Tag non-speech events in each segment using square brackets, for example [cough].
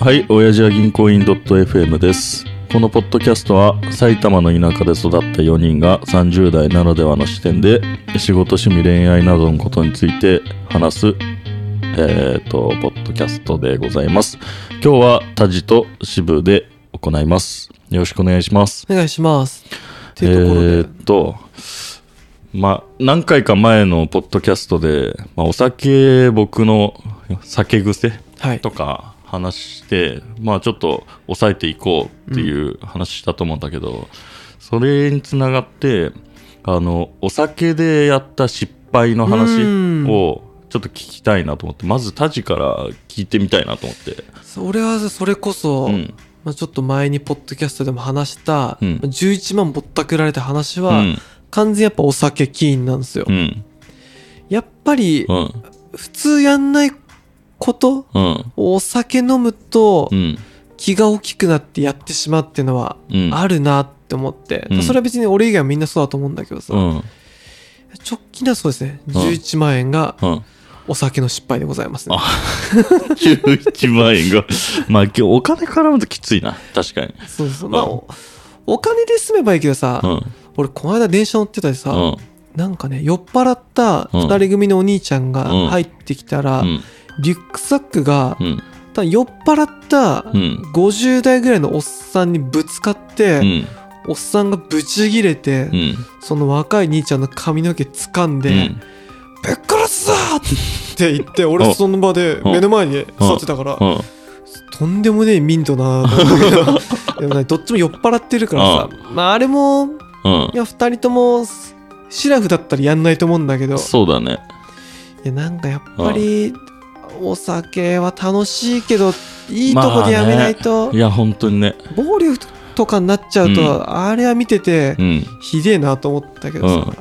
はい、親父は銀行員 .fm です。このポッドキャストは埼玉の田舎で育った4人が30代ならではの視点で仕事、趣味、恋愛などのことについて話す、えー、と、ポッドキャストでございます。今日はタジと支部で行います。よろしくお願いします。お願いします。ってえいうところで、ー、っと、まあ、何回か前のポッドキャストで、まあ、お酒、僕の酒癖はいと。か話して、まあちょっと抑えていこうっていう話したと思うんだけど、それにつながってあのお酒でやった失敗の話うんをちょっと聞きたいなと思ってまずタジから聞いてみたいなと思ってそれはそれこそ、うんまあ、ちょっと前にポッドキャストでも話した、うんまあ11万ぼったくられた話は、うん完全やっぱお酒起因なんですよ。うんやっぱりう、ん普通やんないこと、うんお酒飲むとうん気が大きくなってやってしまうっていうのはうんあるなって思って、うんそれは別に俺以外はみんなそうだと思うんだけどさ、うん直近ではそうですね、ん11万円がうんお酒の失敗でございますね。あ11万円が [laughs] まあ今日お金絡むときついな確かにそうそう。まあ、うんおお金で済めばいいけどさ、うん俺この間電車乗ってたりさ、うんなんかね酔っ払ったうん2人組のお兄ちゃんがうん入ってきたら、うんリュックサックが、うん多分酔っ払ったうん50代ぐらいのおっさんにぶつかって、うんおっさんがブチギレて、うんその若い兄ちゃんの髪の毛掴んでう「んぶっ殺すぞ!」って言って俺その場でん目の前に座ってたからうんとんでもねえミントなと思ったけど [laughs] でもねどっちも酔っ払ってるからさまああれもうんいや2人ともシラフだったらやんないと思うんだけどそうだね。いやなんかやっぱりお酒は楽しいけどいいとこでやめないと、いや、本当にね。暴力とかになっちゃうと、うんあれは見ててうん。いひでえなと思ったけどさ、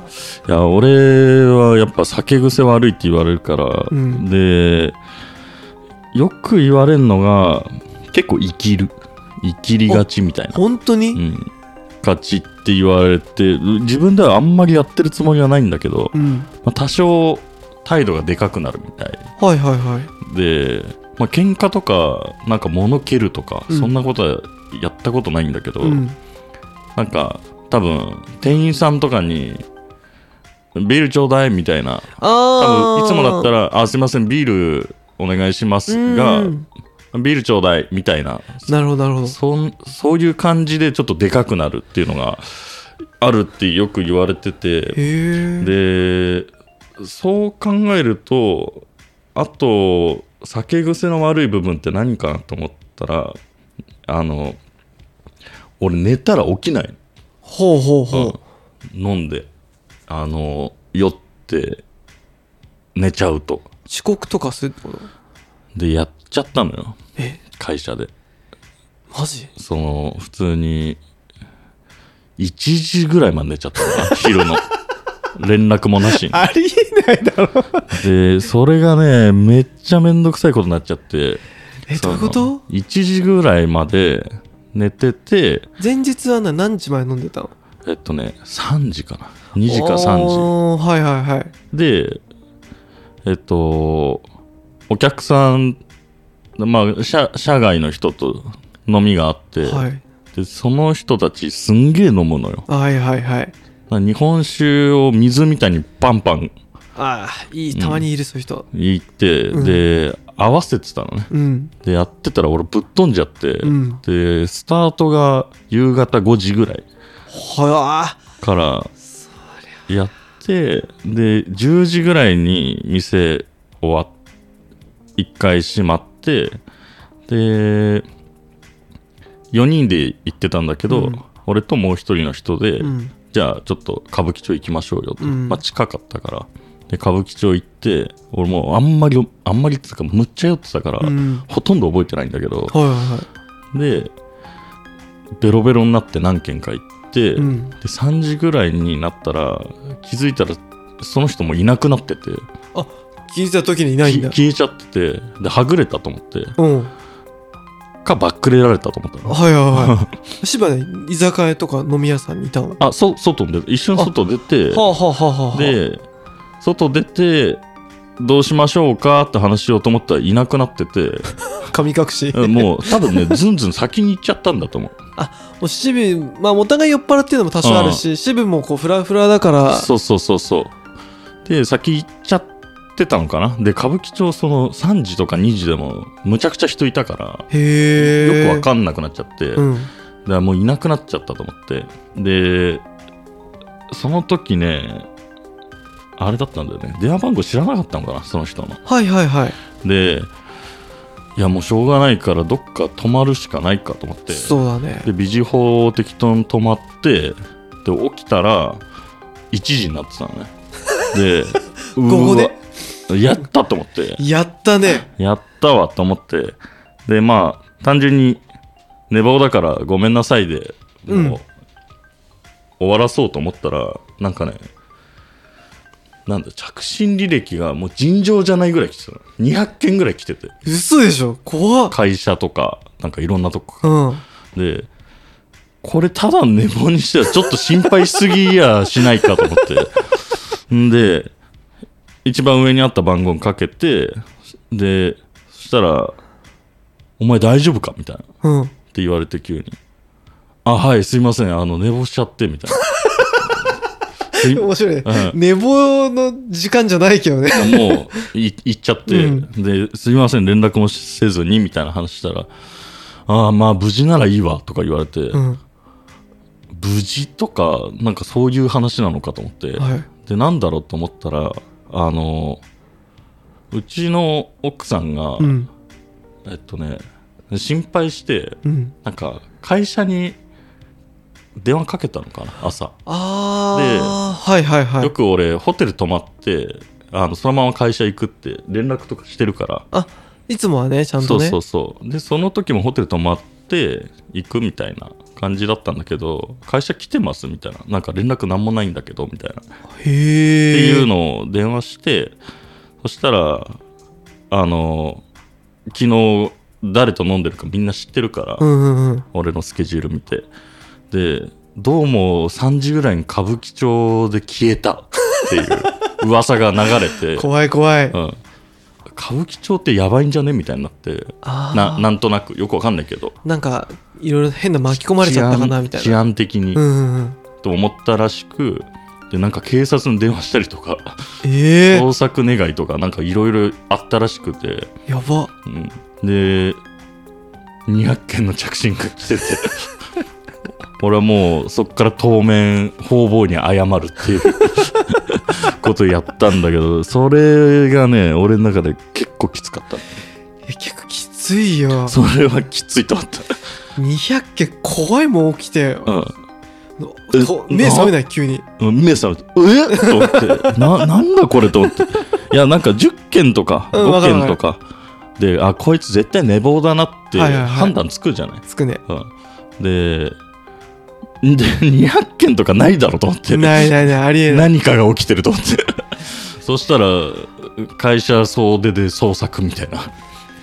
や、俺はやっぱ酒癖悪いって言われるから、うんで、よく言われるのが、結構生きる。生きりがちみたいな。本当うに、ん。勝ちって言われて、自分ではあんまりやってるつもりはないんだけど、うんまあ、多少態度がでかくなるみたいはいはいはいで、まあ喧嘩とか、なんか物蹴るとか、うんそんなことはやったことないんだけど、うんなんか多分店員さんとかにビールちょうだいみたいな多あ分ーいつもだったら「あすいませんビールお願いします」がう「んビールちょうだい」みたいななるほどなるほどそんそういう感じでちょっとでかくなるっていうのがあるってよく言われててへえでそう考えるとあと酒癖の悪い部分って何かなと思ったらあの俺寝たら起きないほうほうほ飲んであの酔って寝ちゃうとう遅刻とかするってことでやっちゃったのよえ会社でマジその普通に1時ぐらいまで寝ちゃったの [laughs] か昼の連絡もなしにありえないだろでそれがねめっちゃめんどくさいことになっちゃってえどういうこそとの ?1 時ぐらいまで寝てて前日はな何時まで飲んでたのえっとね3時かな2時か3時おーはいはいはいでえっとお客さん、まあ、社社外の人と飲みがあって、はいでその人たちすんげえ飲むのよはいはいはい日本酒を水みたいにパンパンああいいたまにいるそういう人いって、うんで合わせてたのねうんでやってたら俺ぶっ飛んじゃって、うんでスタートが夕方5時ぐらいはあからやってで10時ぐらいに店終わっ1回閉まってで4人で行ってたんだけど、うん俺ともう1人の人で、うんじゃあちょっと歌舞伎町行きましょうよと、うんまあ、近かったからで歌舞伎町行って俺もうあんまりあんまりっていうかむっちゃ酔ってたから、うんほとんど覚えてないんだけど、はいはいはでベロベロになって何軒か行って、いうんで3時ぐらいになったら気づいたらその人もいなくなってて聞いた時にいないきんだ消えちゃっててではぐれたと思ってうんはいかバックレられたと思ったのはいはい芝ね居酒屋とか飲み屋さんにいたのはあそ外に出て一瞬外出てあはあはあはあで [laughs] 外出てどうしましょうかって話しようと思ったらいなくなってて神隠し。うんもう多分ねずんずん先に行っちゃったんだと思うもう渋谷、まあ、お互い酔っ払っていうのも多少あるし、渋谷もこう、フラフラだから、そうそうそうそうで先行っちゃってたのかなで歌舞伎町その3時とか2時でもむちゃくちゃ人いたからへよくえ。わんかんなくなっちゃって、だうかん。らもういなくなっちゃったと思ってでその時ねあれだったんだよね電話番号知らなかったのかなその人のはいはいはい。でいやもうしょうがないからどっか泊まるしかないかと思ってそうだね。でビジホを適当に泊まってで起きたら1時になってたのね [laughs] でここでうわやったと思ってやったね。やったわと思ってでまあ単純に寝坊だからごめんなさいでもう、うん終わらそうと思ったらなんかねなんだ着信履歴がもう尋常じゃないぐらい来てたの200件ぐらい来てて嘘でしょ怖っ。会社とかなんかいろんなとこうん。で、これただ寝坊にしてはちょっと心配しすぎやしないかと思って。 [laughs] んで、一番上にあった番号にかけて、で、そしたら、お前大丈夫かみたいな。っうん。て言われて急に。あ、はい、すいません。あの、寝坊しちゃって、みたい [laughs] な。すい面白いねうん。寝坊の時間じゃないけどね。もう、い行っちゃって、うんで、すいません、連絡もせずに、みたいな話したら、ああ、まあ、無事ならいいわ、とか言われて、うん。無事とかなんかそういう話なのかと思って、はい。でなんだろうと思ったらあのうちの奥さんが、うん。えっとね心配してうん。なんか会社に電話かけたのかな朝、ああ。はいはいはよい。く俺ホテル泊まってあのそのまま会社行くって連絡とかしてるからあ、いつもはね、ちゃんそとうね。そうそうでその時もホテル泊まって行くみたいな感じだったんだけど会社来てますみたいななんか連絡なんもないんだけどみたいなへってえ。いうのを電話して、そしたら、あの、昨日誰と飲んでるかみんな知ってるから、うんうんうん。俺のスケジュール見て。で、どうも3時ぐらいに歌舞伎町で消えたっていう噂が流れて、 [laughs] 怖い怖い。うん、歌舞伎町ってやばいんじゃねみたいになって、ああ。ななんとなくよくわかんないけど。なんか、いろいろ変な巻き込まれちゃったかな、みたい治な。安的に、うんうんうん。と思ったらしく、で、なんか警察に電話したりとか。ええ捜索願いとかなんかいろいろあったらしくて、やば。うん、で200件の着信が来てて俺はもうそこから当面方々に謝るって [laughs] いうことやったんだけどそれがね俺の中で結構きつかったえ結構きついよ。それはきついと思っ200件怖いもん起きて、た、うんえと目覚めない急に。うん目覚めて、えと思って、な、なんだこれと思って。いや、なんか10件とか、うんわ5かるわ件かとるか、で、あ、こいつ絶対寝坊だなってはいはいはい判断つくじゃない。つくね。うんで、で、200件 [laughs] とかないだろうと思って、ないないない、ありえない。何かが起きてると思って。 [laughs] そしたら、会社総出で捜索みたいな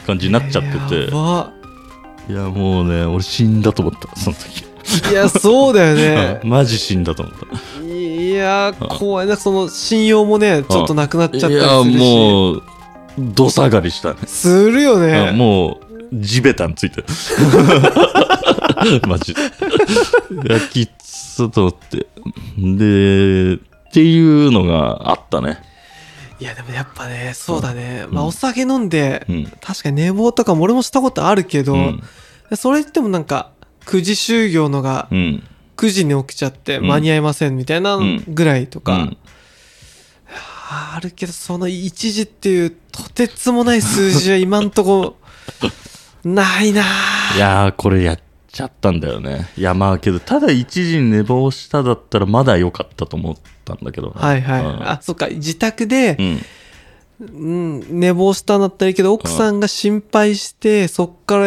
感じになっちゃっててや、ば。いや、もうね、俺死んだと思った、その時。いや、そうだよねう。んマジ死んだと思った。いや、怖いな。その信用もね、ちょっとなくなっちゃったいりやするし。もうど下がりしたね、するあよね。もう地べたについてる [laughs] マジでいやきつと思ってでっていうのがあったねいや、でもやっぱね、そうだね。まあ、お酒飲んでう、ん、確かに寝坊とかも俺もしたことあるけどう、んそれ言ってもなんか、9時就業のがうん9時に起きちゃってうん間に合いませんみたいなうんぐらいとか、うんあるけどその1時っていうとてつもない数 [laughs] 字は今んとこないなぁいやーこれやっちゃったんだよねいやまあけどただ1時に寝坊しただったらまだ良かったと思ったんだけどね、はいはい、うんあそっか自宅でう、んうん、寝坊したんだったらいいけど奥さんが心配して、そっから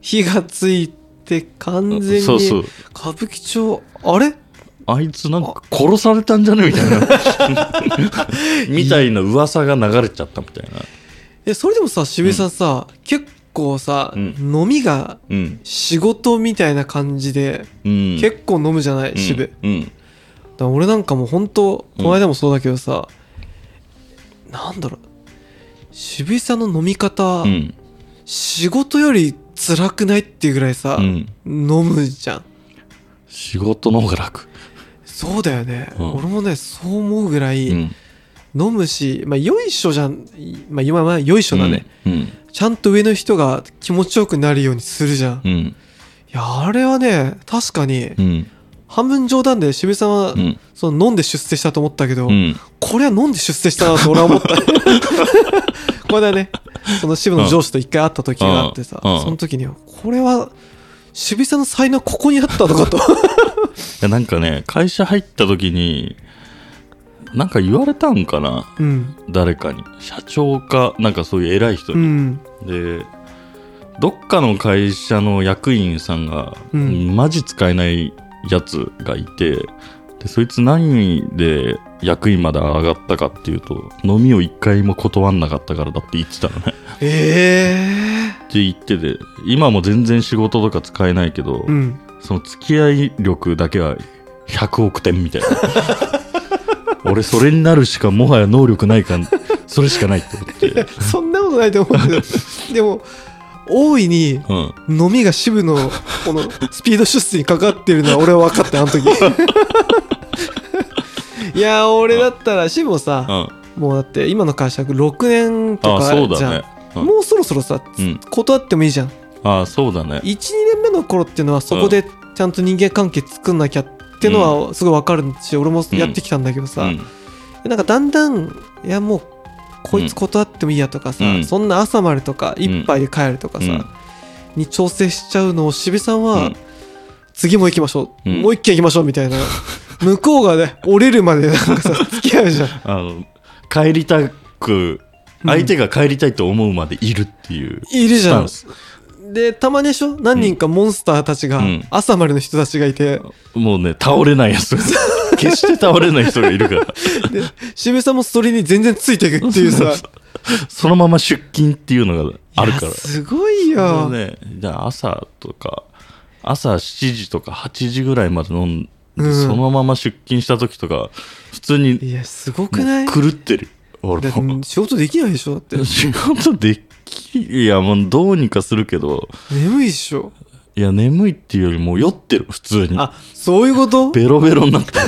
火がついて完全にそうそう歌舞伎町あれあいつなんか殺されたんじゃねみたい [laughs] なみたいな噂が流れちゃったみたいなえそれでもさ渋井さんさ、結構さ、うん飲みがうん仕事みたいな感じでうん結構飲むじゃない、渋だかうんら俺なんかもう本当この間もそうだけどさ、なんだろう渋井さんの飲み方、うん、うん仕事より辛くないっていうぐらいさ、うん。飲むじゃん仕事の方が楽。そうだよね、うん俺もねそう思うぐらいうん。飲むし、まあよいしょじゃんまあ今はよいしょだね、うん。ちゃんと上の人が気持ちよくなるようにするじゃん、いうん。やあれはね確かにうん。半分冗談で渋井さんは、うん。その飲んで出世したと思ったけど、うん。これは飲んで出世したなと俺は [laughs] 思ったこれはねその渋野上司と一回会った時があってさ、うんうんその時にはこれは渋井さんの才能ここにあったのかと [laughs] いやなんかね、会社入った時に、なんか言われたんかなうん誰かに。社長か、なんかそういう偉い人うに。んで、どっかの会社の役員さんが、うんマジ使えないやつがいて、で、そいつ何で役員まで上がったかっていうと、飲みを一回も断んなかったからだって言ってたのね。ええって言ってて、今も全然仕事とか使えないけど、うんその付き合い力だけは100億点みたいな。 [laughs] 俺それになるしかもはや能力ないかんそれしかないって思って。 [laughs] そんなことないと思うけどでも大いにうん。飲みが渋のこのスピード出世にかかってるのは俺は分かった [laughs] あの時いやー俺だったら渋もさ、うん。もうだって今の会社6年とあ、かそうじゃん、だね。うんもうそろそろさ、うん。断ってもいいじゃんあ、そうだね。 12年目の頃っていうのはそこでちゃんと人間関係作んなきゃっていうのはすごいわかるし、俺もやってきたんだけどうさ、ん。なんかだんだんいやもうこいつ断ってもいいやとかさ、うんそんな朝までとか一杯で帰るとかさ、うんに調整しちゃうのを渋井さんは、うん次も行きましょう、うんもう一軒行きましょうみ [laughs] たいな向こうがね折れるまでなんかさ付き合うじゃんあの、帰りたく、相手が帰りたいと思うまでいるっていう。いるじゃんスタンでたまにでしょ何人かモンスターたちが、うん朝までの人たちがいてスもうね、倒れないや [laughs] つ。決して倒れない人がいるから。で渋井さんもそれに全然ついていくっていうさそのまま出勤っていうのが [laughs] あるかいらや。すごいそよ、れでね、じゃあ朝とか朝7時とか8時ぐらいまで飲んで、うんそのまま出勤した時とか普通にいやすごくないもう狂ってる俺だっもて仕事できないでしょ [laughs] だって仕事できいやもうどうにかするけど眠いっしょいや眠いっていうよりもう酔ってる普通にあそういうことベロベロになってる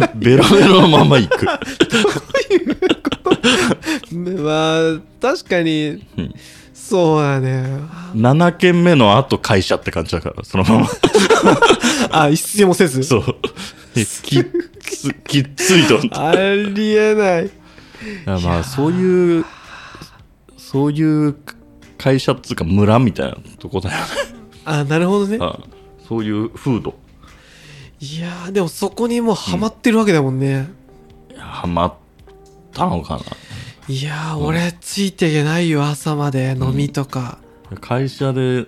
[laughs] ベロベロのまま行く [laughs] まあ確かにうんそうだね7軒目の後会社って感じだからそのま [laughs] まあ一睡もせずそうきつきっついとありえないいやまあそういうそういう会社っつうか村みたいなとこだよねあなるほどねあ [laughs] そういう風土いやーでもそこにもうハマってるわけだもんね、ハマったのかいやー俺ついていけないよ朝まで飲みとか、な会社で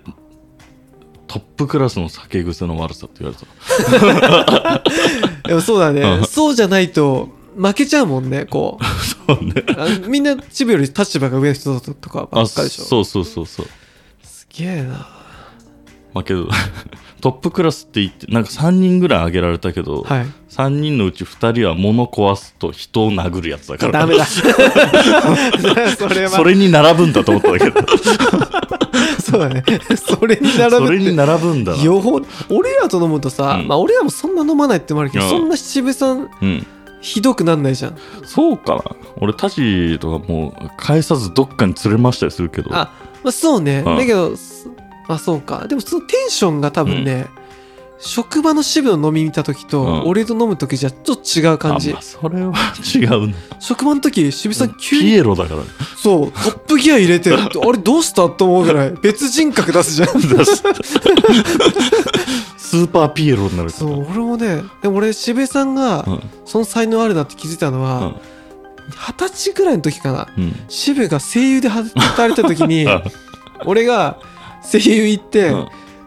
トップクラスの酒癖の悪さって言われたでもそうだね、うんそうじゃないと負けちゃうもんねこう [laughs] [laughs] そうねあみんなチビより立場が上の人だとかばあっかでしょそうそうそうそうすげえなまあけど [laughs] トップクラスって言ってなんか3人ぐらい挙げられたけど、 [laughs] はい3人のうち2人は物壊すと人を殴るやつだからダメだそれは [laughs] それに並ぶんだと思ったんだけ [laughs] どそうだねそれに並ぶってそれに並ぶんだなよほ俺らと飲むとさ、うんまあ俺らもそんな飲まないってのもあるけど、うんそんな渋さんうんひどくなんないじゃんそうかな俺タジとかもう返さずどっかに連れましたりするけどあ、まあ、そうね、うんだけどすまあそうかでもそのテンションが多分ね、職場の渋の飲み見た時と、うん俺と飲む時じゃちょっと違う感じあまあそれは違うな職場の時渋さん急ピにエロだからそうトップギア [laughs] 入れてあれどうしたと思うぐらい別人格出すじゃんスーパーピエロになるからそう俺もねでも俺渋さんがうんその才能あるなって気づいたのうはん二十、歳ぐらいの時かなうん渋が声優で働いてた時 [laughs] にあ俺が声優行って、うん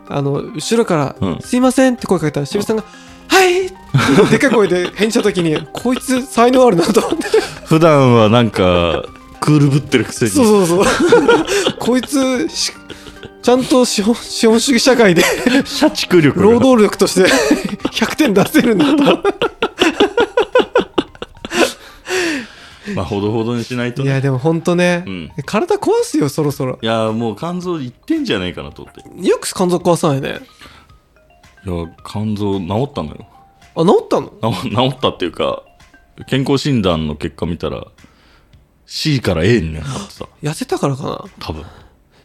あの後ろから「うんすいません」って声かけたら渋さんが「はい!」ってでっかい声で返事した時にこいつ才能あるなと思って普段はなんかクールぶってるくせに [laughs] そうそうそう [laughs] こいつしちゃんと資本資本主義社 [laughs] 会で社畜力が労働力として [laughs] 100点出せるんだとまあ、ほどほどにしないといね。や、でもほんとね、うん体壊すよ、そろそろ。いや、もう肝臓いってんじゃないかなと思って。いよく肝臓壊さないね。や、肝臓治ったのよ。あ、治ったの治治ったっていうか、健康診断の結果見たら、C から A になってた。痩せたからかな。多分。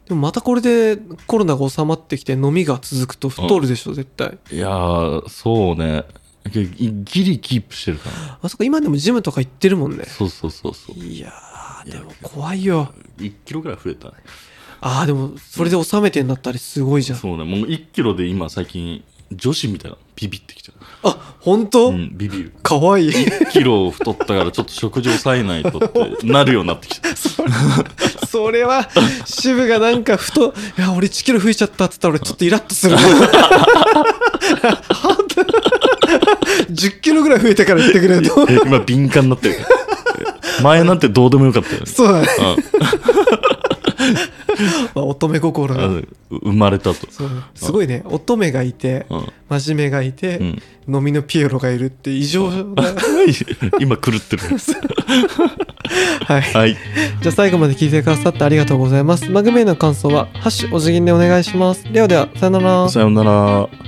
でもまたこれでコロナが収まってきて飲みが続くと太るでしょ、絶対。いやー、そうね。ぎギリキープしてるかな。あそこ今でもジムとか行ってるもんね。そうそうそうそう。いやー、でも怖いよ。 1キロぐらい増えたね。あー、でもそれで収めてんだったりすごいじゃん。そうね。もう1キロで今最近、女子みたいな。ビビってきちゃあ、ほんう。と、うん、ビビる。か [laughs] わいい。 1キロ太ったからちょっと食事抑えないとってなるようになってきた。それそれは、渋がなんかふと、いや、俺1キロ増えちゃったって言ったら俺ちょっとイラッとする。10キロぐらい増えてから言ってく [laughs] れると。え今敏感になってる。前なんてどうでもよかったよね。そうだね。うんまあ、乙女心あが。の生まれたと。そうすごいね。乙女がいて、うん真面目がいて、うん飲みのピエロがいるって異常な。今狂ってる。はい。はい。 [laughs] じゃあ最後まで聞いてくださってありがとうございます。番組への感想は、ハッシュお辞儀でお願いします。ではでは、さよなら。さようなら。